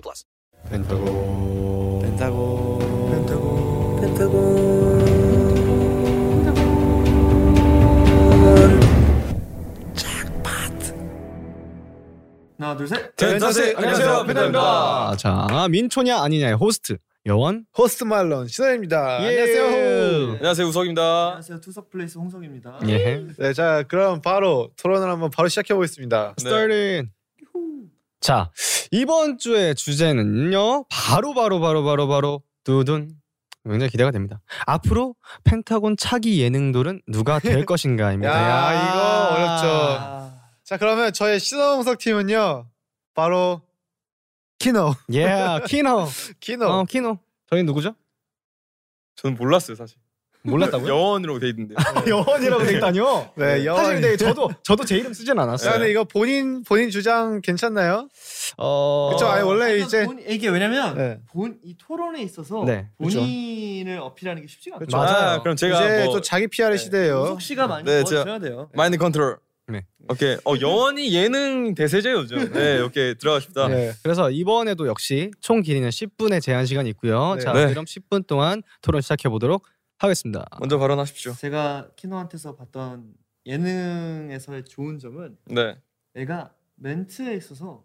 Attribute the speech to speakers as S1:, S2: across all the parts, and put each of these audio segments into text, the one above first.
S1: plus.
S2: 펜타곤
S3: 펜타곤
S2: 펜타곤
S3: 펜타곤
S2: 하나 둘셋
S3: 펜타세! 안녕하세요, 펜타입니다.
S2: 아, 자 민초냐 아니냐의 호스트 여원
S3: 호스트 말론 신원입니다.
S2: 예.
S3: 안녕하세요.
S4: 안녕하세요 우석입니다.
S2: 안녕하세요 투석 플레이스 홍성입니다 예
S3: 네, 자 그럼 바로 토론을 한번 바로 시작해 보겠습니다.
S2: 스타린 네. 자 이번 주의 주제는요 바로 바로 바로 바로 바로 두둔 굉장히 기대가 됩니다. 앞으로 펜타곤 차기 예능돌은 누가 될
S3: 야,
S2: 것인가입니다.
S3: 이거 어렵죠. 자 그러면 저의 신원홍석 팀은요 바로 키노,
S2: 예, 키노.
S3: 키노.
S2: 어, 키노. 저희 누구죠?
S4: 저는 몰랐어요 사실.
S2: 몰랐다고요? 아.
S4: 영원으로 돼 있는데.
S2: 여원이라고 돼 있다니요.
S3: 네, 여원.
S2: 사실 근데 저도 저도 제 이름 쓰진
S3: 자,
S2: 않았어요.
S3: 아, 근데 이거 본인 본인 주장 괜찮나요?
S2: 어.
S3: 그쵸, 아니 원래
S5: 약간
S3: 이제
S5: 본- 이게 왜냐면
S3: 네.
S5: 본 이 토론에 있어서
S2: 네,
S3: 그쵸.
S5: 본인을 어필하는 게 쉽지가 않죠.
S3: 그쵸.
S2: 맞아요.
S4: 아, 그럼 제가
S3: 이제
S4: 뭐
S3: 또 자기 PR의
S4: 네.
S3: 시대예요.
S5: 우석 씨가 많이
S4: 네,
S5: 도와줘야 돼요.
S4: 마인드 컨트롤.
S2: 네.
S4: 오케이. 어 영원이 예능 대세죠 요즘. 네 이렇게 들어가 싶다.
S3: 네.
S2: 그래서 이번에도 역시 총 길이는 10분의 제한 시간이 있고요.
S3: 네.
S2: 자,
S4: 네.
S2: 그럼 10분 동안 토론 시작해 보도록 하겠습니다.
S4: 먼저 발언하십시오.
S5: 제가 키노한테서 봤던 예능에서의 좋은 점은
S4: 네.
S5: 애가 멘트에 있어서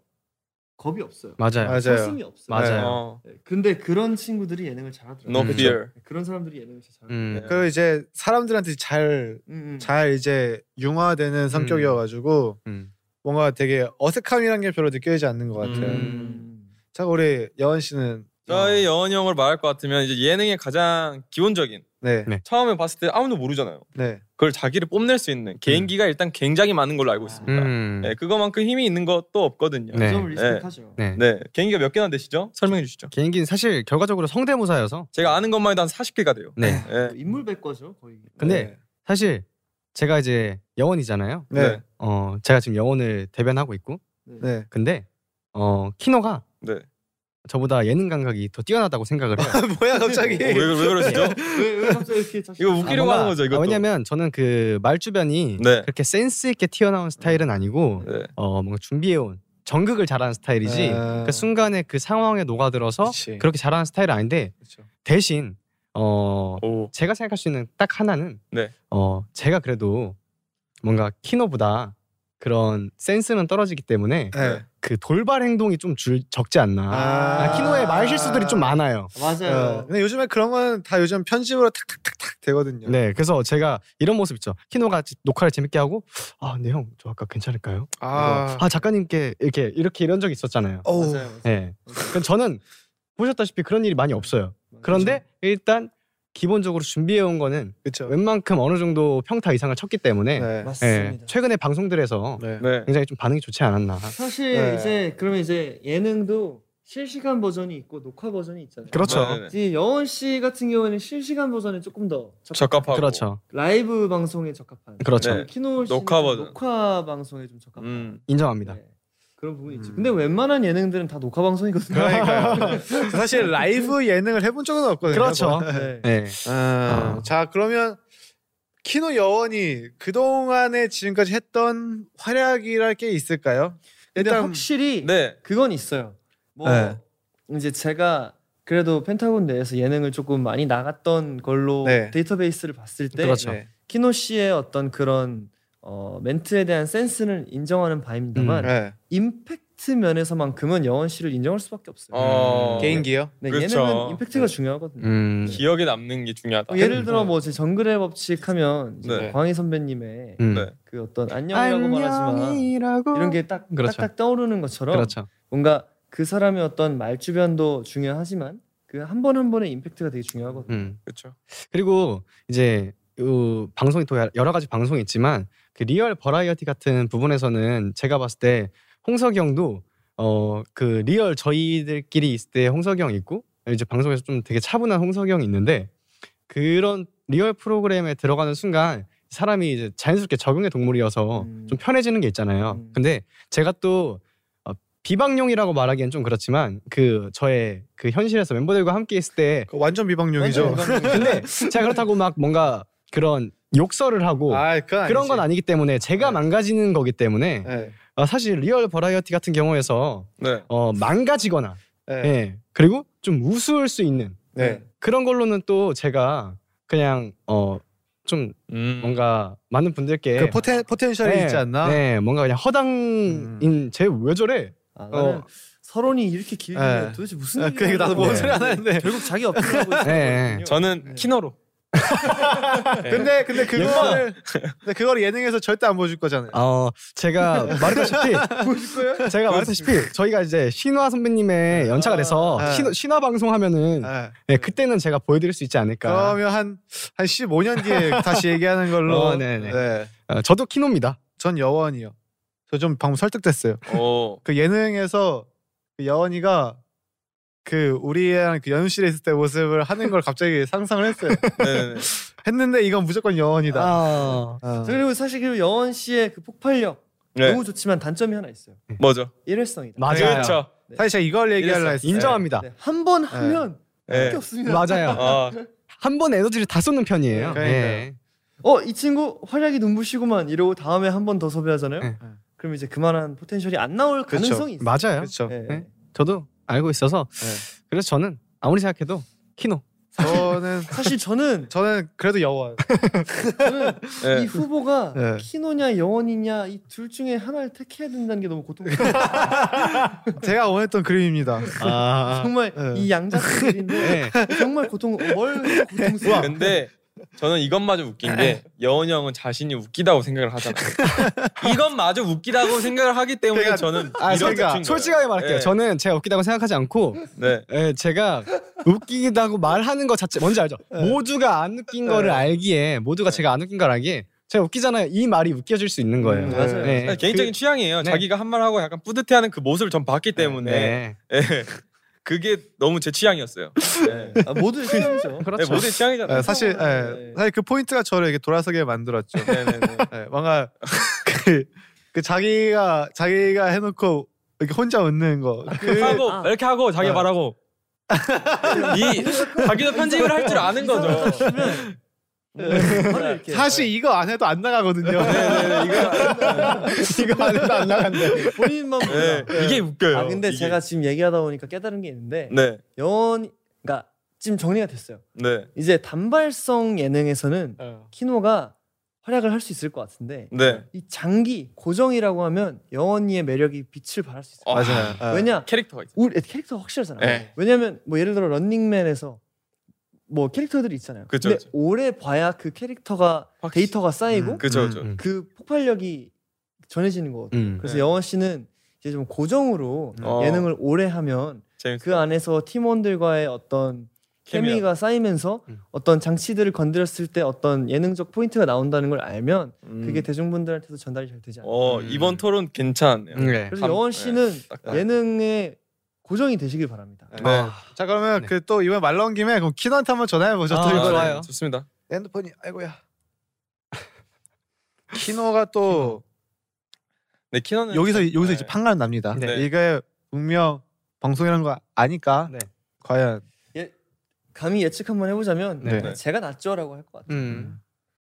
S5: 겁이 없어요.
S2: 맞아요.
S3: 맞아요.
S5: 소심이 없어요.
S2: 맞아요.
S4: 어.
S5: 네, 근데 그런 친구들이 예능을 잘하더라고요.
S4: No
S2: 음.
S4: fear.
S5: 그런 사람들이 예능을 진짜 잘하더라고요.
S2: 음.
S4: 네.
S3: 그리고 이제 사람들한테 잘
S5: 음, 음.
S3: 잘 이제 융화되는 성격이어가지고
S2: 음.
S3: 뭔가 되게 어색함이란 게 별로 느껴지지 않는 것 같아요.
S5: 음.
S3: 자 우리 여원 씨는
S2: 어.
S4: 저희 영원이 형을 말할 것 같으면 이제 예능의 가장 기본적인
S3: 네,
S2: 네.
S4: 처음에 봤을 때 아무도 모르잖아요.
S3: 네,
S4: 그걸 자기를 뽐낼 수 있는 개인기가 일단 굉장히 많은 걸로 알고 있습니다.
S2: 음.
S4: 네 그거만큼 힘이 있는 것도 없거든요.
S2: 네.
S5: 그 점을 리스펙하죠.
S2: 네.
S4: 네 개인기가 몇 개나 되시죠? 설명해 주시죠.
S2: 개인기는 사실 결과적으로 성대모사여서
S4: 제가 아는 것만 해도 한 40개가 돼요.
S2: 네.
S4: 네.
S5: 그 인물 백과죠 거의.
S2: 근데 사실 제가 이제 영혼이잖아요.
S3: 네, 네,
S4: 네.
S2: 어, 제가 지금 영혼을 대변하고 있고
S5: 네.
S3: 네.
S2: 근데 어, 키노가
S4: 네.
S2: 저보다 예능 감각이 더 뛰어나다고 생각을 해요.
S3: 뭐야 갑자기?
S4: 어, 왜, 그- 왜 그러시죠?
S5: 왜, 왜 갑자기 이렇게 자신?
S4: 이거 웃기려고
S2: 아, 뭔가-
S4: 하는 거죠, 이것도.
S2: 아, 왜냐면 저는 그 말주변이
S4: 네.
S2: 그렇게 센스 있게 튀어나온 스타일은 아니고
S4: 네.
S2: 어 뭔가 준비해온 정극을 잘하는 스타일이지
S3: 아.
S2: 그 순간에 그 상황에 녹아들어서
S3: 그치.
S2: 그렇게 잘하는 스타일은 아닌데
S3: 그쵸.
S2: 대신 어
S4: 오.
S2: 제가 생각할 수 있는 딱 하나는
S4: 네.
S2: 어 제가 그래도 뭔가 키노보다 그런 센스는 떨어지기 때문에
S3: 네.
S2: 그 돌발 행동이 좀 줄, 적지 않나 아, 키노의 말 실수들이 좀 많아요
S5: 맞아요.
S3: 어, 근데 요즘에 그런 건 다 요즘 편집으로 탁탁탁탁 되거든요.
S2: 네 그래서 제가 이런 모습 있죠 키노가 녹화를 재밌게 하고 아 근데 형 저 아까 괜찮을까요?
S3: 아,
S2: 이거, 아 작가님께 이렇게 이렇게 이런 적 있었잖아요.
S3: 어우.
S5: 맞아요. 맞아요.
S2: 예. 그럼 저는 보셨다시피 그런 일이 많이 없어요. 그런데 일단 기본적으로 준비해 온 거는
S3: 그쵸.
S2: 웬만큼 어느 정도 평타 이상을 쳤기 때문에
S3: 네.
S2: 예,
S5: 맞습니다.
S2: 최근에 방송들에서
S3: 네.
S4: 네.
S2: 굉장히 좀 반응이 좋지 않았나.
S5: 사실
S3: 네.
S5: 이제 그러면 이제 예능도 실시간 버전이 있고 녹화 버전이 있잖아요.
S2: 그렇죠.
S4: 네, 네, 네.
S5: 이제 여원 씨 같은 경우에는 실시간 버전에 조금 더 적합-
S4: 적합하고.
S2: 그렇죠.
S5: 라이브 방송에 적합한.
S2: 그렇죠.
S4: 네.
S5: 키노 씨
S4: 녹화 버전.
S5: 녹화 방송에 좀 적합한.
S4: 음.
S2: 인정합니다.
S5: 네. 그런 부분이 있죠. 근데 웬만한 예능들은 다 녹화 방송이거든요.
S3: 그러니까요. 사실 라이브 예능을 해본 적은 없거든요.
S2: 그렇죠.
S5: 네.
S2: 네.
S3: 아,
S2: 아.
S3: 자 그러면 키노 여원이 그 동안에 지금까지 했던 활약이랄 게 있을까요?
S5: 근데
S3: 일단
S5: 확실히
S4: 네.
S5: 그건 있어요. 뭐
S3: 네.
S5: 이제 제가 그래도 펜타곤 내에서 예능을 조금 많이 나갔던 걸로
S3: 네.
S5: 데이터베이스를 봤을 때
S2: 그렇죠.
S3: 네.
S5: 키노 씨의 어떤 그런 어, 멘트에 대한 센스는 인정하는 바입니다만
S3: 네.
S5: 임팩트 면에서만큼은 영원 씨를 인정할 수밖에 없어요.
S4: 어.
S3: 개인기요?
S5: 네,
S4: 그렇죠.
S5: 예능은 임팩트가
S3: 네.
S5: 중요하거든요.
S2: 음.
S4: 기억에 남는 게 중요하다.
S5: 어, 예를 들어 뭐 이제 정글의 법칙 하면 이제
S4: 네.
S5: 광희 선배님의
S2: 음.
S4: 네.
S5: 그 어떤 안녕이라고 말하지만
S2: 안녕이라고
S5: 이런 게딱
S2: 그렇죠.
S5: 딱딱 떠오르는 것처럼
S2: 그렇죠.
S5: 뭔가 그 사람의 어떤 말 주변도 중요하지만 그 한 번 한 번의 임팩트가 되게 중요하거든요.
S2: 음.
S4: 그렇죠.
S2: 그리고 이제 요 방송이 또 여러 가지 방송이 있지만 그 리얼 버라이어티 같은 부분에서는 제가 봤을 때 홍석이 형도 어 그 리얼 저희들끼리 있을 때 홍석영 있고 이제 방송에서 좀 되게 차분한 홍석영 있는데 그런 리얼 프로그램에 들어가는 순간 사람이 이제 자연스럽게 적응의 동물이어서
S5: 음.
S2: 좀 편해지는 게 있잖아요.
S5: 음.
S2: 근데 제가 또 어, 비방용이라고 말하기엔 좀 그렇지만 그 저의 그 현실에서 멤버들과 함께 있을 때
S3: 그거 완전
S5: 네,
S3: 비방용이죠. 네.
S2: 근데 제가 그렇다고 막 뭔가 그런 욕설을 하고
S3: 아, 그건
S2: 그런 건
S3: 아니지.
S2: 아니기 때문에 제가
S3: 네.
S2: 망가지는 거기 때문에
S3: 예.
S2: 아, 사실 리얼 버라이어티 같은 경우에서
S4: 네.
S2: 어, 망가지거나
S3: 예.
S2: 예 그리고 좀 우스울 수 있는
S3: 네.
S2: 그런 걸로는 또 제가 그냥 어 좀
S4: 음.
S2: 뭔가 많은 분들께
S3: 그 포텐 포텐셜이
S2: 네,
S3: 있지 않나? 음.
S2: 네, 뭔가 그냥 허당인 쟤 왜 저래?
S5: 아, 나는
S2: 어.
S5: 서론이 이렇게 길면
S3: 네.
S5: 도대체 무슨
S3: 아,
S5: 얘기를
S3: 그게 나도
S5: 하는
S3: 뭔
S5: 거야.
S3: 소리 안 하는데.
S5: 결국 자기 업데이트하고 있는
S2: 네.
S5: 거거든요.
S4: 저는 키너로.
S3: 근데 근데 그거를 근데 그걸 예능에서 절대 안 보여줄 거잖아요.
S2: 어 제가 말했다시피 제가 말했다시피 저희가 이제 신화 선배님의 연차가 돼서
S3: 아.
S2: 신화, 신화 방송하면은
S3: 예.
S2: 네, 그때는 제가 보여드릴 수 있지 않을까.
S3: 그러면 한 한 15년 뒤에 다시 얘기하는 걸로.
S2: 그러니까. 어, 네네.
S3: 네.
S2: 어, 저도 키노입니다.
S3: 전 여원이요. 저 좀 방금 설득됐어요.
S4: 어.
S3: 그 예능에서 그 여원이가 그 우리랑 그 연습실에 있을 때 모습을 하는 걸 갑자기 상상을 했어요.
S4: 네네네.
S3: 했는데 이건 무조건 여원이다.
S2: 아,
S3: 아.
S5: 자, 그리고 사실 그 여원 씨의 그 폭발력
S4: 네.
S5: 너무 좋지만 단점이 하나 있어요.
S4: 뭐죠?
S5: 일회성이다.
S2: 맞아요.
S4: 그렇죠.
S3: 사실 제가 이걸 얘기하려 했어요.
S2: 인정합니다.
S5: 네, 한번 하면
S4: 네.
S5: 할게 없습니다.
S2: 맞아요.
S4: 아,
S2: 한 번 에너지를 다 쏟는 편이에요.
S3: 그러니까요.
S2: 네.
S5: 어, 이 친구 활약이 눈부시구만 이러고 다음에 한 번 더 섭외하잖아요.
S2: 네.
S5: 그럼 이제 그만한 포텐셜이 안 나올
S3: 그쵸.
S5: 가능성이 있어요.
S2: 맞아요.
S3: 그렇죠.
S5: 네.
S2: 네. 저도 알고 있어서 그래서 저는 아무리 생각해도 키노.
S3: 저는
S5: 사실 저는
S3: 저는 그래도 여원.
S5: 저는 이
S4: 네.
S5: 후보가
S3: 네.
S5: 키노냐 영원이냐 이 둘 중에 하나를 택해야 된다는 게 너무 고통스러워.
S3: 제가 원했던 그림입니다.
S2: 아.
S5: 정말
S3: 네.
S5: 이 양자들인데
S2: 네.
S5: 정말 고통 뭘 고통스러워.
S4: 근데 저는 이것마저 웃긴 게 여원 형은 자신이 웃기다고 생각을 하잖아요. 이것마저 웃기다고 생각을 하기 때문에
S3: 제가-
S4: 저는
S2: 아,
S4: 이런
S2: 제가
S4: 특징
S2: 솔직하게
S4: 거예요.
S2: 말할게요.
S4: 네.
S2: 저는 제가 웃기다고 생각하지 않고
S4: 네.
S2: 예, 제가 웃기다고 말하는 것 자체 뭔지 알죠? 모두가 안 웃긴 거를 알기에 모두가 제가 안 웃긴 걸 알기에 제가 웃기잖아요. 이 말이 웃겨질 수 있는 거예요.
S3: 음,
S5: 맞아요.
S2: 예,
S4: 그냥 개인적인 취향이에요.
S2: 네.
S4: 자기가 한 말 하고 약간 뿌듯해하는 그 모습을 전 봤기
S2: 그-
S4: 때문에
S2: 네.
S4: 예. 그게 너무 제 취향이었어요. 네.
S5: 아, 모두 취향이죠.
S4: 네,
S2: 그렇죠.
S4: 모든 취향이잖아요.
S3: 네, 사실
S5: 네.
S3: 예, 사실 그 포인트가 저를 이렇게 돌아서게 만들었죠.
S4: 네네네.
S3: 예, 뭔가 그, 그 자기가 자기가 해놓고 이렇게 혼자 웃는 거. 그,
S4: 하고
S5: 아.
S4: 이렇게 하고 자기
S3: 네.
S4: 말하고 이 자기도 편집을 할 줄 아는 거죠.
S5: 예. 바로 이렇게 네. 아,
S3: 사실 이거 안 해도 안 나가거든요.
S4: 네네네 이거
S3: 이거 안 해도 안 나간대.
S5: 본인만 몰라.
S4: 네, 이게 웃겨요.
S5: 아 근데
S4: 이게.
S5: 제가 지금 얘기하다 보니까 깨달은 게 있는데
S4: 네
S5: 영원 그러니까 지금 정리가 됐어요.
S4: 네.
S5: 이제 단발성 예능에서는 키노가 활약을 할 수 있을 것 같은데
S4: 네.
S5: 이 장기 고정이라고 하면 영원이의 매력이 빛을 발할 수 있어요.
S4: 아,
S3: 맞아요. 예.
S5: 왜냐
S4: 캐릭터가 있어.
S5: 우리 캐릭터 가 확실하잖아. 요
S4: 네.
S5: 왜냐면 뭐 예를 들어 런닝맨에서 뭐 캐릭터들이 있잖아요.
S4: 그쵸,
S5: 근데
S4: 그쵸.
S5: 오래 봐야 그 캐릭터가
S4: 확실히.
S5: 데이터가 쌓이고
S2: 음,
S4: 그죠 그죠.
S2: 음,
S5: 그 폭발력이 전해지는 거거든요.
S2: 음.
S5: 그래서
S4: 네.
S5: 영원 씨는 이제 좀 고정으로
S4: 어.
S5: 예능을 오래 하면
S4: 재밌어.
S5: 그 안에서 팀원들과의 어떤
S4: 케미가.
S5: 케미가 쌓이면서
S2: 음.
S5: 어떤 장치들을 건드렸을 때 어떤 예능적 포인트가 나온다는 걸 알면
S4: 음.
S5: 그게 대중분들한테도 전달이 잘 되지 않아요.
S4: 어
S2: 음.
S4: 이번 토론 괜찮네요.
S2: 음, 네.
S5: 그래서
S4: 감-
S5: 여원
S4: 네.
S5: 씨는
S4: 딱
S3: 네.
S5: 예능의 고정이 되시길 바랍니다.
S3: 네.
S2: 아,
S3: 자 그러면
S2: 네.
S3: 그 또 이번 말 나온 김에 그럼 키노한테 한번 전화해 보죠.
S2: 아,
S3: 또 이거
S2: 좋아요.
S4: 네, 좋습니다.
S3: 핸드폰이 아이고야. 키노가 또
S4: 네 키너는
S3: 여기서 여기서
S4: 네.
S3: 이제 판가름 납니다.
S4: 네.
S3: 이게 분명 방송이라는 거 아니까
S2: 네.
S3: 과연
S5: 감히 예측 한번 해보자면
S3: 네.
S5: 제가 낫죠라고 할 것 같아요.
S2: 음.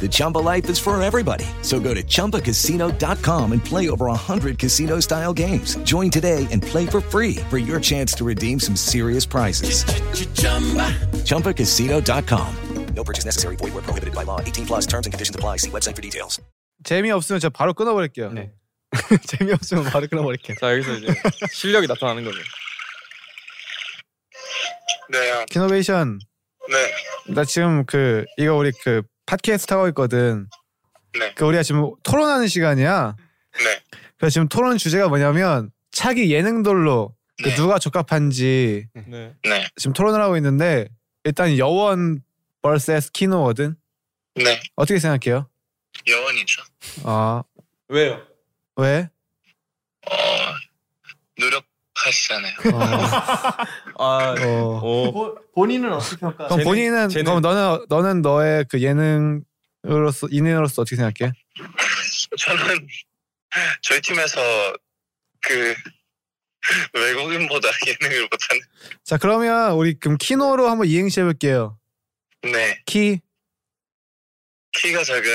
S6: The Chumba life is for everybody. So go to ChumbaCasino.com and play over 100 casino style games. Join today and play for free for your chance to redeem some serious prizes. ChumbaCasino.com.
S1: No purchase necessary. Void where prohibited by law. 18 plus terms and conditions apply. See website for details.
S3: 재미 없으면 제가 바로 끊어버릴게요.
S2: 네. 재미없으면 바로 끊어버릴게요.
S4: 자 여기서 이제 실력이 나타나는 거죠.
S7: 네,
S3: 키노베이션
S7: 네,
S3: 나 지금 그 이거 우리 그 팟캐스트 하고 있거든.
S7: 네.
S3: 그 우리가 지금 토론하는 시간이야.
S7: 네.
S3: 그래서 지금 토론 주제가 뭐냐면 차기 예능돌로 그
S7: 네.
S3: 누가 적합한지
S4: 네.
S7: 네,
S3: 지금 토론을 하고 있는데 일단 여원 vs 키노거든.
S7: 네.
S3: 어떻게 생각해요?
S7: 여원이죠.
S3: 아
S4: 왜요?
S3: 왜?
S7: 어, 노력하시잖아요.
S3: 그-
S4: 아
S3: 어.
S4: 오.
S5: 보, 본인은 어떻게 평가?
S3: 그럼
S4: 재능,
S3: 본인은
S4: 재능.
S3: 그럼 너는 너는 너의 그 예능으로서 인인으로서 어떻게 생각해?
S7: 저는 저희 팀에서 그 외국인보다 예능을 못하는.
S3: 자 그러면 우리 그럼 키노로 한번 이행시 해볼게요.
S7: 네,
S3: 키
S7: 키가 작은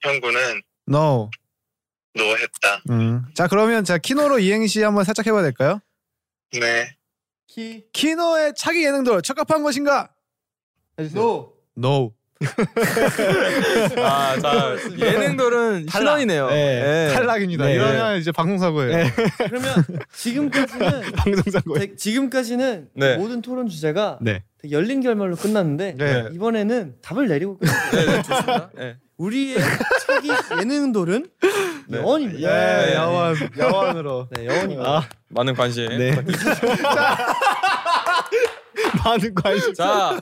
S7: 형구는
S3: 노.
S7: 노했다.
S3: 음. 자 그러면 자 키노로 이행시 한번 살짝 해봐도 될까요?
S7: 네,
S5: 키,
S3: 키노의 차기 예능돌 적합한 것인가?
S5: 노.
S3: No.
S4: 아자 예능들은 신원이네요. 예.
S3: 탈락입니다.
S4: 네.
S3: 아, 이러면 이제 방송사고예요.
S5: 그러면 지금까지는
S3: 방송사고예요.
S5: 되- 지금까지는
S4: 네.
S5: 모든 토론 주제가
S2: 네.
S5: 되게 열린 결말로 끝났는데
S3: 네.
S5: 이번에는 답을 내리고 끝-
S4: 네, 네, 좋습니다. 네.
S5: 우리의 차기 예능돌은
S4: 네.
S5: 여원입니다.
S3: 예, 야원, 야원으로.
S5: 네, 여원입니다.
S4: 많은 관심.
S2: 네. 많은 관심.
S4: 자,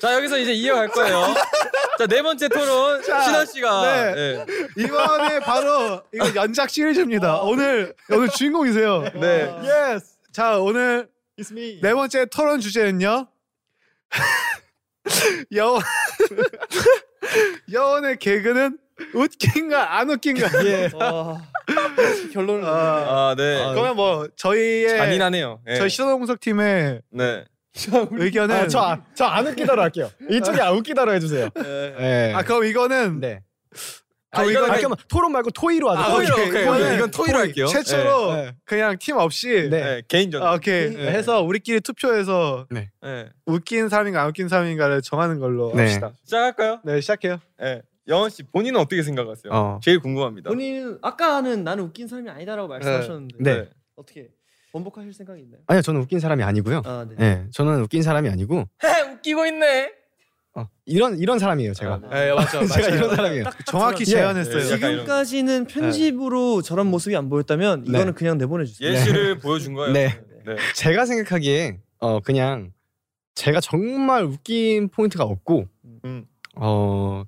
S4: 자 여기서 이제 이어갈 거예요. 자 네 번째 토론 신원 씨가 네.
S3: 이번에 바로 이거 연작 시리즈입니다. 오늘 오늘 주인공이세요.
S4: 네.
S3: 예스. 자 오늘 네 번째 토론 주제는요. 여원 여원의 개그는 웃긴가 안 웃긴가. 예.
S5: 와, 결론을
S3: 아,
S4: 아 네.
S3: 그러면 뭐 저희의
S4: 잔인하네요. 예.
S3: 저희 신호공석 팀의
S4: 네.
S3: 의견은 아,
S2: 저안 웃기다로 할게요. 이쪽이 안 웃기다로 해주세요. 예.
S3: 네. 아, 그럼 이거는
S2: 네.
S4: 아, 이거는
S2: 아, 그러면 토론 말고 토의로 하자.
S3: 아,
S4: 토의로,
S3: 오케이,
S4: 오케이,
S3: 이거는
S4: 오케이. 이건 토의로 할게요.
S3: 최초로
S2: 네, 네.
S3: 그냥 팀 없이
S4: 예.
S2: 네.
S4: 예, 개인전.
S3: 아, 오케이
S4: 네.
S3: 해서 우리끼리 투표해서
S4: 예.
S3: 웃긴 사람인가 안 웃긴 사람인가를 정하는 걸로
S2: 네.
S3: 합시다.
S4: 시작할까요?
S3: 네 시작해요.
S4: 예. 영원 씨 본인은 어떻게 생각하세요?
S2: 어.
S4: 제일 궁금합니다.
S5: 본인은 아까는 나는 웃긴 사람이 아니다라고 말씀하셨는데
S2: 네.
S5: 어떻게 번복하실 생각이 있나요?
S2: 아니요, 저는 웃긴 사람이 아니고요.
S5: 아, 네.
S2: 예, 저는 웃긴 사람이 아니고
S4: 웃기고 있네.
S2: 어, 이런 이런 사람이에요, 제가.
S5: 아, 네.
S4: 예, 맞죠. 맞죠.
S2: 제가 이런 사람이에요.
S3: 아, 정확히
S2: 예.
S3: 제안했어요.
S4: 예, 약간 이런- 네.
S5: 지금까지는 편집으로 저런 모습이 안 보였다면
S2: 네.
S5: 이거는 그냥 내보내 주세요.
S4: 예시를 보여준 거예요.
S2: 네.
S4: 네.
S2: 제가 생각하기에 어 그냥 제가 정말 웃긴 포인트가 없고
S4: 음.
S2: 어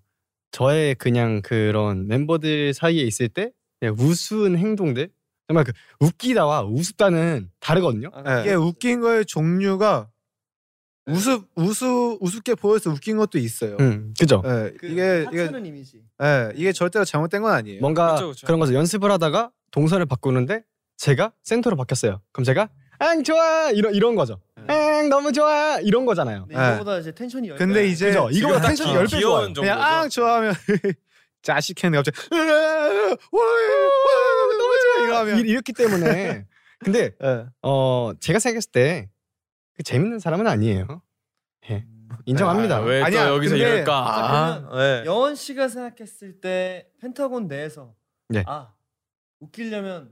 S2: 저의 그냥 그런 멤버들 사이에 있을 때 그냥 우스운 행동들 정말 그 웃기다와 우습다는 다르거든요.
S5: 아,
S3: 이게 웃긴 거의 종류가 우스 우스 우습게 보여서 웃긴 것도 있어요.
S2: 음, 그죠.
S3: 예,
S5: 그
S3: 이게 이게
S5: 하찮은 이미지.
S3: 예, 이게 절대로 잘못된 건 아니에요.
S2: 뭔가
S4: 그쵸, 그쵸.
S2: 그런 것을 연습을 하다가 동선을 바꾸는데 제가 센터로 바뀌었어요. 그럼 제가 앙 좋아 이런 이런 거죠. 앙 너무 좋아 이런 거잖아요.
S5: 근데
S4: 네.
S3: 예.
S5: 네, 이거보다 이제 텐션이 열.
S3: 근데 네. 이제
S2: 그죠? 이거보다
S4: 지금
S2: 텐션이
S4: 딱
S2: 10배
S4: 귀여운
S2: 좋아요.
S4: 정도죠.
S3: 그냥 앙 좋아하면 자식 했는데 갑자기 너무 좋아 이거 하면
S2: 이- 이렇기 때문에 근데
S3: 예.
S2: 어 제가 생각했을 때그 재밌는 사람은 아니에요. 예. 인정합니다.
S4: 아, 왜또
S3: 아니야,
S4: 여기서
S3: 근데-
S4: 이럴까?
S5: 자, 그러면
S4: 네.
S5: 영원 씨가 생각했을 때 펜타곤 내에서
S2: 네.
S5: 아 웃기려면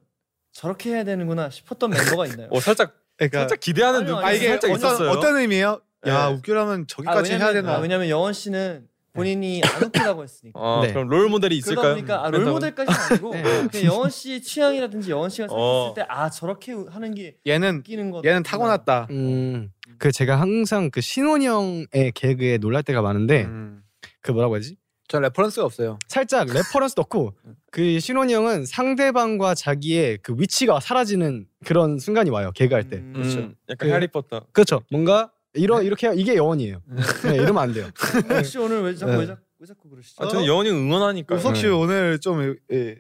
S5: 저렇게 해야 되는구나 싶었던 멤버가 있나요?
S4: 어 살짝
S3: 그러니까
S4: 살짝 기대하는
S5: 아니요,
S4: 눈빛이
S5: 아니요.
S3: 아 이게
S4: 살짝
S3: 어떤
S4: 있었어요.
S3: 어떤 의미예요? 야
S4: 예.
S3: 웃기려면 저기까지 해야 되나?
S5: 아, 왜냐면 영원 씨는 본인이 안 웃기다고 했으니까.
S4: 네. 어,
S2: 네.
S4: 그럼 롤 모델이
S5: 그러다
S4: 있을까요?
S5: 보니까 아, 롤모델까지는 아니고
S2: 네.
S5: 그냥 영원 씨의 취향이라든지 영원 씨가 생각했을
S4: 어.
S5: 때 아 저렇게 하는 게
S3: 얘는
S5: 웃기는 거.
S3: 얘는 타고났다.
S2: 음. 그 제가 항상 그 신원이 형의 개그에 놀랄 때가 많은데
S3: 음.
S2: 그 뭐라고 하지?
S3: 저 레퍼런스가 없어요.
S2: 살짝 레퍼런스 넣고 그 신원이 형은 상대방과 자기의 그 위치가 사라지는 그런 순간이 와요. 개그할 때.
S5: 음,
S4: 음,
S5: 그렇죠.
S4: 약간
S2: 그-
S4: 해리포터.
S2: 그렇죠. 뭔가 이러 이렇게 이게 여원이에요. 네, 이러면 안 돼요.
S5: 혹시 오늘 왜 자꾸
S3: 네.
S5: 왜 자꾸, 왜 자꾸 그러시죠?
S4: 음. 아, 저는 영원이 응원하니까.
S3: 우석 씨 오늘 좀 예,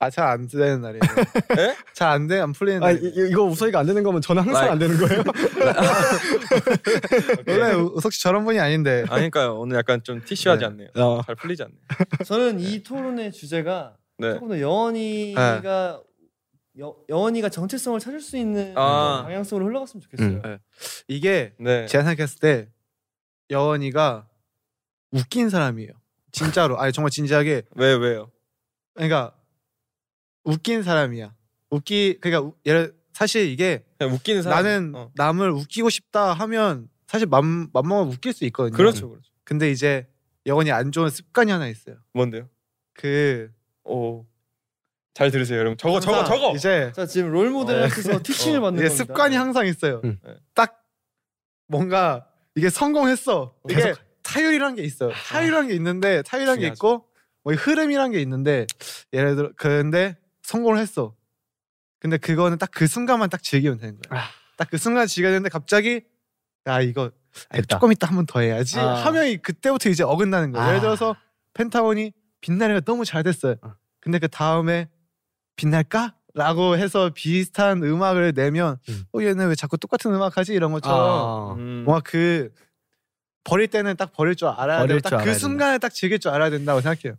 S3: 아 잘 안 되는 날이에요.
S4: 예?
S3: 잘 안 돼, 안 풀리는
S2: 아
S3: 날.
S2: 이, 이- 이거 우석이가 안 되는 거면 저는 항상 안 되는 거예요.
S4: 예.
S3: 원래 우- 우석 씨 저런 분이 아닌데.
S4: 아니까요. 오늘 약간 좀 티슈하지 않네요.
S2: 어.
S4: 잘 풀리지 않네요.
S5: 저는 이 토론의 주제가
S4: 네.
S5: 조금 더 영원이가 여, 영원이가 정체성을 찾을 수 있는
S4: 아.
S5: 방향성으로 흘러갔으면 좋겠어요.
S4: 음.
S3: 이게
S4: 네.
S3: 제가 생각했을 때 여원이가 웃긴 사람이에요. 진짜로. 아니 정말 진지하게.
S4: 왜 왜요?
S3: 그러니까 웃긴 사람이야. 웃기 그러니까 우- 예를 사실 이게
S4: 그냥 웃기는 사람.
S3: 나는
S4: 어.
S3: 남을 웃기고 싶다 하면 사실 맘 맘먹으면 웃길 수 있거든요.
S4: 그렇죠, 그렇죠.
S3: 근데 이제 여원이 안 좋은 습관이 하나 있어요.
S4: 뭔데요?
S3: 그
S4: 오. 잘 들으세요, 여러분. 저거 저거
S3: 항상
S4: 저거.
S3: 이제
S5: 자 지금 롤 모델을 해서 티칭을 받는
S3: 이게
S5: 겁니다.
S3: 습관이 항상 있어요.
S2: 음.
S4: 네.
S3: 딱 뭔가 이게 성공했어. 이게 타율이란 게 있어요. 타율이란 게 있는데 타율이란 게
S4: 아. 중요하죠.
S3: 있고 뭐 흐름이란 게 있는데 예를 들어 근데 성공을 했어. 근데 그거는 딱 그 순간만 딱 즐기면 되는 거야. 딱 그 순간 즐겨야 되는데 갑자기 야 이거 아,
S2: 됐다.
S3: 조금 있다 한 번 더 해야지
S2: 아.
S3: 하면 이- 그때부터 이제 어긋나는 거예요.
S2: 아.
S3: 예를 들어서 펜타곤이 빛나래가 너무 잘 됐어요. 근데 그 다음에 빛날까? 라고 해서 비슷한 음악을 내면
S2: 음.
S3: 어 얘는 왜 자꾸 똑같은 음악 하지 이런 것처럼
S2: 아.
S4: 음.
S3: 뭔가 그 버릴 때는 딱 버릴 줄 알아야
S2: 버릴
S3: 되고
S2: 줄
S3: 딱 그
S2: 알아야
S3: 순간에 딱 즐길 줄 알아야 된다고 생각해요.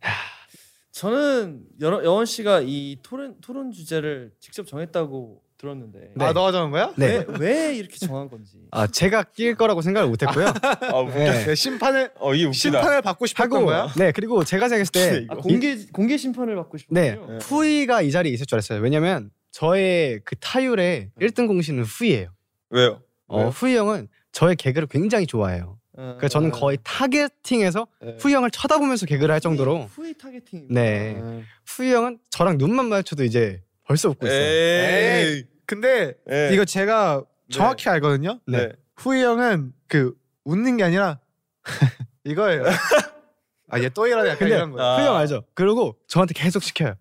S5: 저는 여, 영원 씨가 이 토론 토론 주제를 직접 정했다고 들었는데
S2: 네.
S3: 아 너가 정한 거야?
S2: 네.
S5: 왜, 왜 이렇게 정한 건지
S2: 아 제가 낄 거라고 생각을 못했고요.
S4: 아, 웃겨.
S2: 네.
S3: 네, 심판을
S4: 어, 이게 웃기다.
S3: 심판을 받고 싶었던
S2: 하고
S3: 거야? 네.
S2: 네 그리고 제가 생각했을 때
S5: 아, 공개 공개 심판을 받고
S2: 네,
S5: 싶었어요.
S2: 후이가 이 자리에 있을 줄 알았어요. 왜냐면 저의 그 타율의 1등 공신은 후이예요.
S4: 왜요?
S2: 어, 후이 형은 저의 개그를 굉장히 좋아해요.
S5: 어,
S2: 그래서 저는 거의 타겟팅해서
S3: 네.
S2: 후이 형을 쳐다보면서 개그를 할 정도로
S5: 후이, 후이 타겟팅
S2: 네
S5: 어.
S2: 후이 형은 저랑 눈만 마주쳐도 이제 벌써 웃고 있어요. 네.
S4: 에이.
S3: 근데
S4: 에이.
S3: 이거 제가 정확히 알거든요.
S4: 네.
S3: 후이 형은 그 웃는 게 아니라 이거예요. 아 얘 또 이러네 약간
S2: 근데
S3: 이런 거예요.
S4: 아.
S2: 후이 형 알죠? 그러고 저한테 계속 시켜요.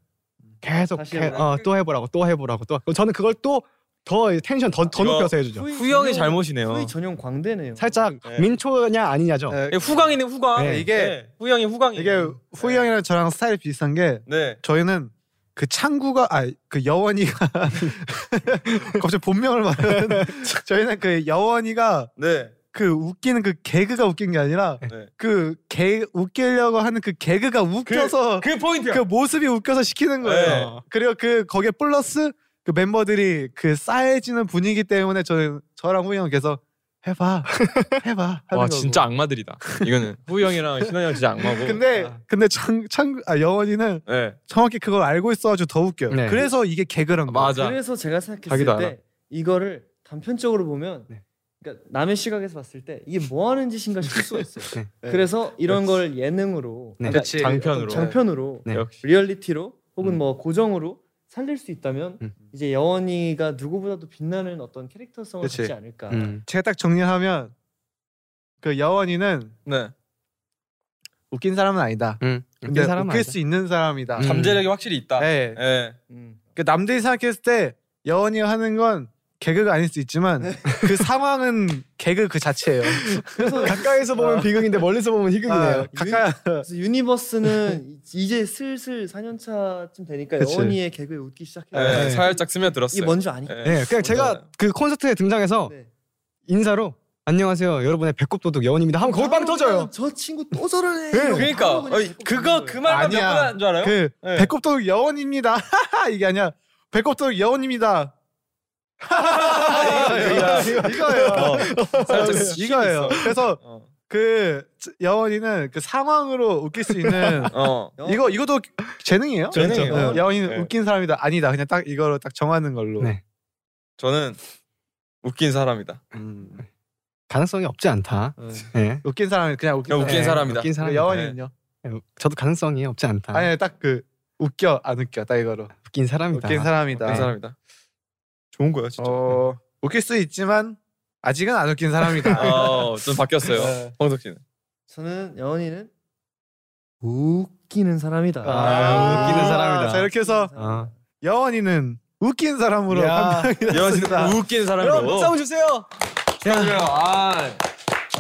S2: 계속
S5: 다시
S2: 개-
S5: 해보라.
S2: 어, 또 해보라고 또 해보라고 또 그럼 저는 그걸 또 더 텐션 더, 더
S4: 이거
S2: 높여서 해주죠.
S5: 후이 전용-
S4: 후형이 잘못이네요.
S5: 후이 전용 광대네요.
S2: 살짝
S4: 네.
S2: 민초냐 아니냐죠.
S3: 네,
S4: 예, 후광이네 후광.
S2: 네.
S4: 이게 후형이 후광이.
S3: 이게 후이 형이랑 저랑 스타일이 비슷한 게
S4: 네.
S3: 저희는 그 창구가 아 그 여원이가 갑자기 본명을 말하는 저희는 그 여원이가
S4: 네.
S3: 그 웃기는 그 개그가 웃긴 게 아니라
S4: 네.
S3: 그 개 웃기려고 하는 그 개그가 웃겨서 그,
S4: 그 포인트야.
S3: 모습이 웃겨서 시키는 거예요.
S4: 네.
S3: 그리고 그 거기에 플러스 그 멤버들이 그 싸해지는 분위기 때문에 저는 저랑 후이 형 계속 해봐 해봐 하는
S4: 와
S3: 거고.
S4: 진짜 악마들이다. 이거는 후형이랑 신원이랑 진짜 악마고.
S3: 근데
S4: 아.
S3: 근데 창 창구 아 여원이는
S4: 네.
S3: 정확히 그걸 알고 있어가지고 더 웃겨요.
S2: 네.
S3: 그래서 이게 개그란 거예요.
S4: 맞아.
S5: 그래서 제가 생각했을
S4: 자기도
S5: 때
S4: 알아.
S5: 이거를 단편적으로 보면
S2: 네.
S5: 그러니까 남의 시각에서 봤을 때 이게 뭐 하는 짓인가 싶을 수가 있어요.
S2: 네.
S5: 그래서 이런 걸 예능으로
S2: 네.
S5: 그러니까
S3: 그치.
S4: 장편으로.
S5: 장편으로
S2: 네.
S4: 역시.
S5: 리얼리티로 혹은
S2: 음.
S5: 뭐 고정으로 살릴 수 있다면
S2: 음.
S5: 이제 여원이가 누구보다도 빛나는 어떤 캐릭터성을
S3: 그치.
S5: 갖지 않을까.
S2: 음.
S3: 제가 딱 정리하면 그 여원이는
S4: 네.
S3: 웃긴 사람은 아니다.
S2: 음.
S3: 근데
S2: 웃긴 사람은
S3: 웃길
S2: 아니다.
S3: 수 있는 사람이다.
S2: 음. 아.
S4: 잠재력이 확실히 있다.
S3: 예.
S4: 예.
S5: 음.
S3: 그 남들이 생각했을 때 여원이가 하는 건 개그가 아닐 수 있지만
S2: 네.
S3: 그 상황은 개그 그 자체예요.
S5: 그래서,
S2: 가까이서 보면 비극인데 멀리서 보면 희극이네요.
S3: 아, 가까이
S5: 그래서 유니버스는 이제 슬슬 4년차쯤 되니까
S3: 그치.
S5: 여원이의 개그에 웃기 시작해요.
S4: 예,
S2: 네.
S4: 살짝 스며들었어요.
S5: 이게 뭔지 아니까.
S4: 예.
S2: 네, 그냥 제가
S4: 뭔지
S2: 그 콘서트에 등장해서
S5: 네.
S2: 인사로 안녕하세요 여러분의 배꼽 도둑 여원입니다. 하면 거기 빵
S5: 아,
S2: 터져요.
S5: 저 친구 또 저러네. 이러고
S4: 알아요. 그러니까
S5: 바로 그냥
S4: 어이,
S5: 자꾸
S4: 그거
S5: 보는
S4: 그
S5: 거예요.
S4: 말만 몇
S3: 아니야.
S4: 번 하는 줄 알아요?
S3: 그
S4: 네.
S3: 배꼽도 여원입니다. 이게 아니야. 배꼽도 여원입니다.
S2: 아,
S3: 이거예요.
S4: 아, 네. 어, 살짝
S3: 아, 이거예요. 그래서
S4: 어.
S3: 그 여원이는 그 상황으로 웃길 수 있는
S4: 어.
S5: 영-
S3: 이거 이것도 재능이에요?
S4: 재능이에요.
S3: 네, 여원이는
S4: 네.
S3: 웃긴 사람이다. 아니다. 그냥 딱 이거로 딱 정하는 걸로.
S2: 네.
S4: 저는 웃긴 사람이다.
S3: 음.
S2: 가능성이 없지 않다.
S3: 네.
S2: 예.
S3: 웃긴 사람이 그냥 웃긴
S4: 그냥 웃긴
S3: 사람.
S4: 사람이다.
S2: 웃긴 사람.
S3: 그 여원이는요?
S2: 저도 가능성이 없지 않다.
S3: 아니 딱 그 웃겨 안 웃겨 딱 이거로.
S2: 웃긴 네. 사람이다.
S3: 웃긴 사람이다.
S4: 웃긴 사람이다. 좋은 거야 진짜.
S3: 어 웃길 수 있지만 아직은 안 웃긴 사람이다.
S4: 어, 좀 바뀌었어요.
S3: 네.
S4: 황석 씨는.
S5: 저는 여원이는 웃기는 사람이다.
S2: 아, 웃기는 사람이다.
S3: 자 이렇게 해서
S2: 아.
S3: 여원이는 웃긴 사람으로
S2: 야.
S3: 판명이
S4: 여신
S3: 났습니다.
S4: 웃긴 사람으로.
S2: 주세요.
S4: 아,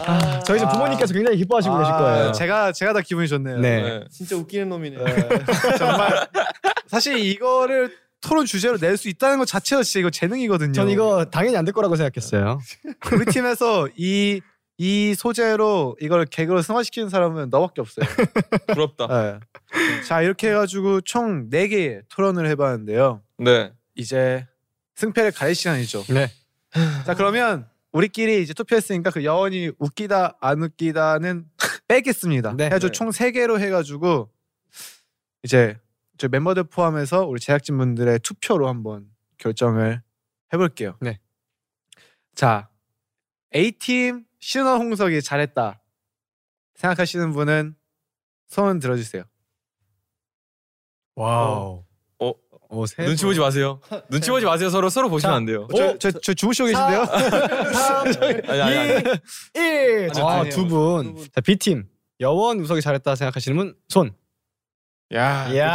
S5: 아,
S2: 저희 집 부모님께서 굉장히 기뻐하시고 계실 거예요.
S3: 제가 제가 다 기분이 아. 좋네요.
S2: 네.
S4: 네.
S5: 진짜 웃기는 놈이네.
S3: 네. 정말 사실 이거를 토론 주제로 낼 수 있다는 것 자체가 진짜 이거 재능이거든요.
S2: 전 이거 어, 당연히 안 될 거라고 생각했어요.
S3: 우리 팀에서 이 이 소재로 이걸 개그로 승화시키는 사람은 너밖에 없어요.
S4: 부럽다.
S3: 네. 자 이렇게 해가지고 총 4개의 토론을 해봤는데요.
S4: 네.
S3: 이제 승패를 가릴 시간이죠.
S2: 네.
S3: 자 그러면 우리끼리 이제 투표했으니까 그 여원이 웃기다 안 웃기다는 빼겠습니다.
S2: 네.
S3: 해가지고
S4: 네.
S3: 총 3개로 해가지고 이제 저 멤버들 포함해서 우리 제작진 분들의 투표로 한번 결정을 해볼게요.
S2: 네.
S3: 자 A팀 신원 홍석이 잘했다 생각하시는 분은 손 들어주세요.
S2: 와우.
S4: 어.
S2: 어, 세
S4: 눈치 보지 마세요. 눈치 보지 마세요. 서로 서로 보시면 안 돼요.
S3: 어,
S2: 어,
S3: 저, 저, 저 주무시고 계신데요?
S4: 아니 아니 아니.
S2: 1.
S3: 아니,
S2: 아,
S3: 아니에요.
S2: 두
S5: 두
S2: 분.
S5: 분.
S2: 자, B팀. 여원 우석이 잘했다 생각하시는 분 손.
S4: 야,
S2: 야.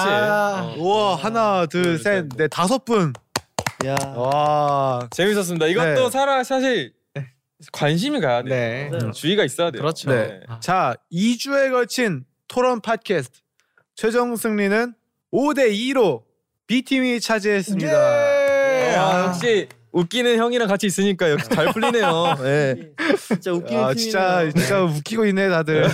S4: 그치. 어.
S3: 우와 하나
S4: 둘, 셋.
S3: 아, 둘셋넷 네, 아. 다섯 분.
S5: 야.
S3: 와
S4: 재밌었습니다. 이것도
S3: 네.
S4: 살아 사실 관심이 가야 돼.
S2: 네.
S5: 맞아요.
S4: 주의가 있어야 돼요.
S2: 그렇죠.
S3: 네. 자 2주에 걸친 토론 팟캐스트 최종 승리는 5대 2로 B 팀이
S2: 예!
S3: 차지했습니다.
S4: 네. 아, 역시 웃기는 형이랑 같이 있으니까 역시 잘 풀리네요.
S5: 아.
S4: 예.
S5: 진짜 웃기는
S3: 아
S5: 팀이네요.
S3: 진짜 진짜 웃기고 있네 다들.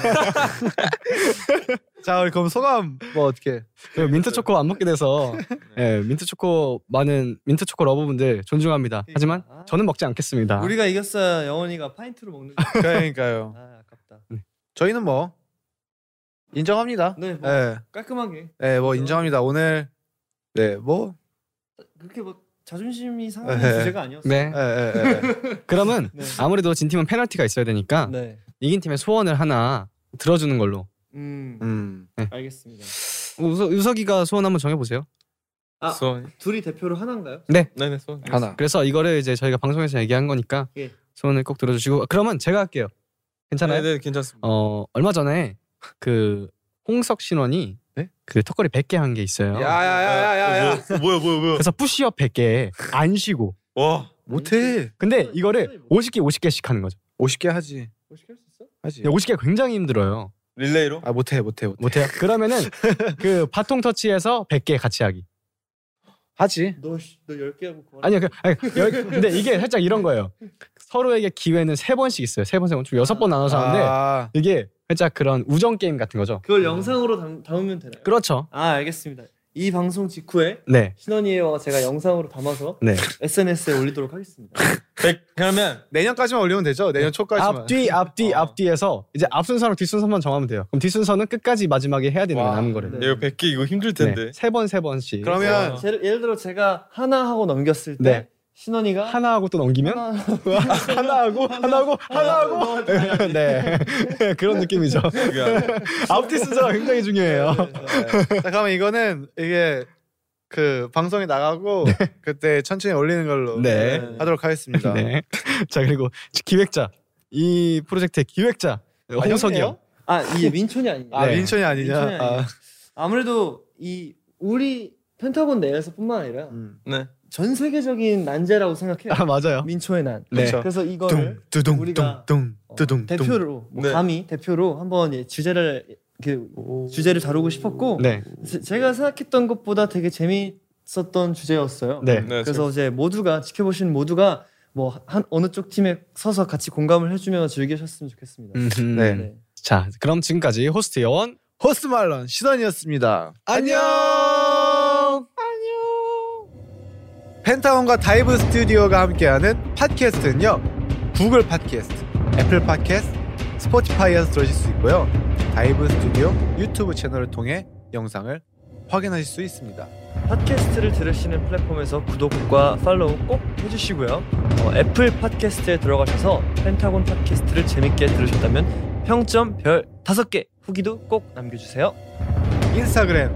S3: 자 우리 그럼 소감 뭐 어떻게?
S2: 그리고 민트 초코 안 먹게 돼서 예, 민트 초코 많은 민트 초코 러버분들
S3: 아.
S2: 존중합니다. 하지만 저는 먹지 않겠습니다.
S5: 아. 우리가 이겼어야 영원이가 파인트로 먹는 거.
S3: 네. 그러니까요.
S5: 아, 아깝다.
S3: 저희는 뭐 인정합니다.
S5: 네, 뭐
S3: 예,
S5: 깔끔하게.
S3: 예, 뭐 인정합니다. 오늘 네, 뭐,
S5: 그렇게 뭐 자존심이 상하는
S3: 네.
S5: 주제가 아니었어요.
S2: 네.
S3: 예, 예, 예.
S2: 그러면
S5: 네.
S2: 아무래도 진 팀은 페널티가 있어야 되니까
S5: 네.
S2: 이긴 팀의 소원을 하나 들어주는 걸로.
S5: 음,
S3: 음,
S5: 알겠습니다.
S2: 우석, 우석이가 소원 한번 정해 보세요.
S5: 아.
S4: 소원.
S5: 둘이 대표로 하나인가요?
S4: 네네 소원.
S3: 하나.
S2: 그래서 이거를 이제 저희가 방송에서 얘기한 거니까
S5: 예.
S2: 소원을 꼭 들어주시고 그러면 제가 할게요. 괜찮아요?
S4: 네네 괜찮습니다.
S2: 어 얼마 전에 그 홍석 신원이
S3: 네?
S2: 그 턱걸이 100개 한 게 있어요.
S4: 야야야야야야. 어, 뭐야 뭐야 뭐야.
S2: 그래서 푸시업 100개 안 쉬고.
S4: 와.
S3: 못해.
S2: 근데 이거를 50개 50개씩 하는 거죠.
S3: 50개 하지.
S5: 뭐 시킬 수 있어?
S3: 하지.
S2: 50개 굉장히 힘들어요.
S4: 릴레이로?
S3: 아 못해 못해 못해.
S2: 못해요. 그러면은 그 바통 터치에서 100개 같이 하기.
S3: 하지.
S5: 너너10개 하고 그만.
S2: 아니요. 그, 아니, 여- 근데 이게 살짝 이런 거예요. 서로에게 기회는 세 번씩 있어요. 세 번, 세 번. 총 여섯 번 나눠서 하는데
S3: 아,
S2: 이게 살짝 그런 우정 게임 같은 거죠.
S5: 그걸 영상으로 담, 담으면 되나요?
S2: 그렇죠.
S5: 아, 알겠습니다. 이 방송 직후에
S2: 네.
S5: 신원이와 제가 영상으로 담아서
S2: 네.
S5: SNS에 올리도록 하겠습니다.
S4: 백 그러면
S3: 내년까지만 올리면 되죠. 내년 초까지만.
S2: 앞뒤 앞뒤 앞뒤에서 이제 앞 순서랑 뒷 순서만 정하면 돼요. 그럼 뒷 순서는 끝까지 마지막에 해야 되는 거예요. 네.
S4: 와.
S2: 남은 거를.
S5: 네.
S4: 이거 100개 이거 힘들 텐데.
S2: 세 번 세 번씩.
S3: 그러면
S4: 와.
S5: 제, 예를 들어 제가 하나 하고 넘겼을 때
S2: 네.
S5: 신원이가
S2: 하나 하고 또 넘기면
S5: 하나
S2: 하나 하고 하나 하고 하나 하고 네 그런 느낌이죠.
S4: 중요하네.
S2: 앞뒤 순서가 굉장히 중요해요.
S3: 자, 그러면 이거는 이게 그 방송에 나가고 그때 천천히 올리는 걸로
S2: 네.
S3: 하도록 하겠습니다.
S2: 네. 자 그리고 기획자 이 프로젝트의 기획자 홍석이 형.
S5: 아, 이게 민촌이 아니에요.
S3: 아
S2: 네.
S3: 민천이 아니냐?
S5: 민촌이
S3: 아,
S5: 아니에요. 아무래도 이 우리 펜타곤 내에서뿐만 아니라
S3: 음.
S4: 네.
S5: 전 세계적인 난제라고 생각해요.
S2: 아 맞아요.
S5: 민초의 난.
S2: 네.
S3: 그렇죠.
S5: 그래서 이거를
S3: 둥 두둥
S5: 우리가,
S3: 둥둥
S5: 어,
S3: 두둥
S5: 대표로 뭐
S4: 네.
S5: 감히 대표로 한번 예, 주제를 그 주제를 다루고 싶었고
S2: 네.
S5: 제- 제가 생각했던 것보다 되게 재미있었던 주제였어요.
S2: 네.
S4: 네.
S5: 그래서 이제 모두가 지켜보시는 모두가 뭐 한 어느 쪽 팀에 서서 같이 공감을 해주며 즐기셨으면 좋겠습니다.
S2: 음흠.
S3: 네.
S5: 네.
S2: 자 그럼 지금까지 호스트 여원
S3: 호스 말론 시선이었습니다.
S2: 안녕.
S3: 펜타곤과 다이브 스튜디오가 함께하는 팟캐스트는요. 구글 팟캐스트, 애플 팟캐스트, 스포티파이에서 들으실 수 있고요. 다이브 스튜디오 유튜브 채널을 통해 영상을 확인하실 수 있습니다.
S5: 팟캐스트를 들으시는 플랫폼에서 구독과 팔로우 꼭 해주시고요. 어, 애플 팟캐스트에 들어가셔서 펜타곤 팟캐스트를 재밌게 들으셨다면 평점 별 5개 후기도 꼭 남겨주세요.
S3: 인스타그램,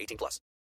S1: 18 plus.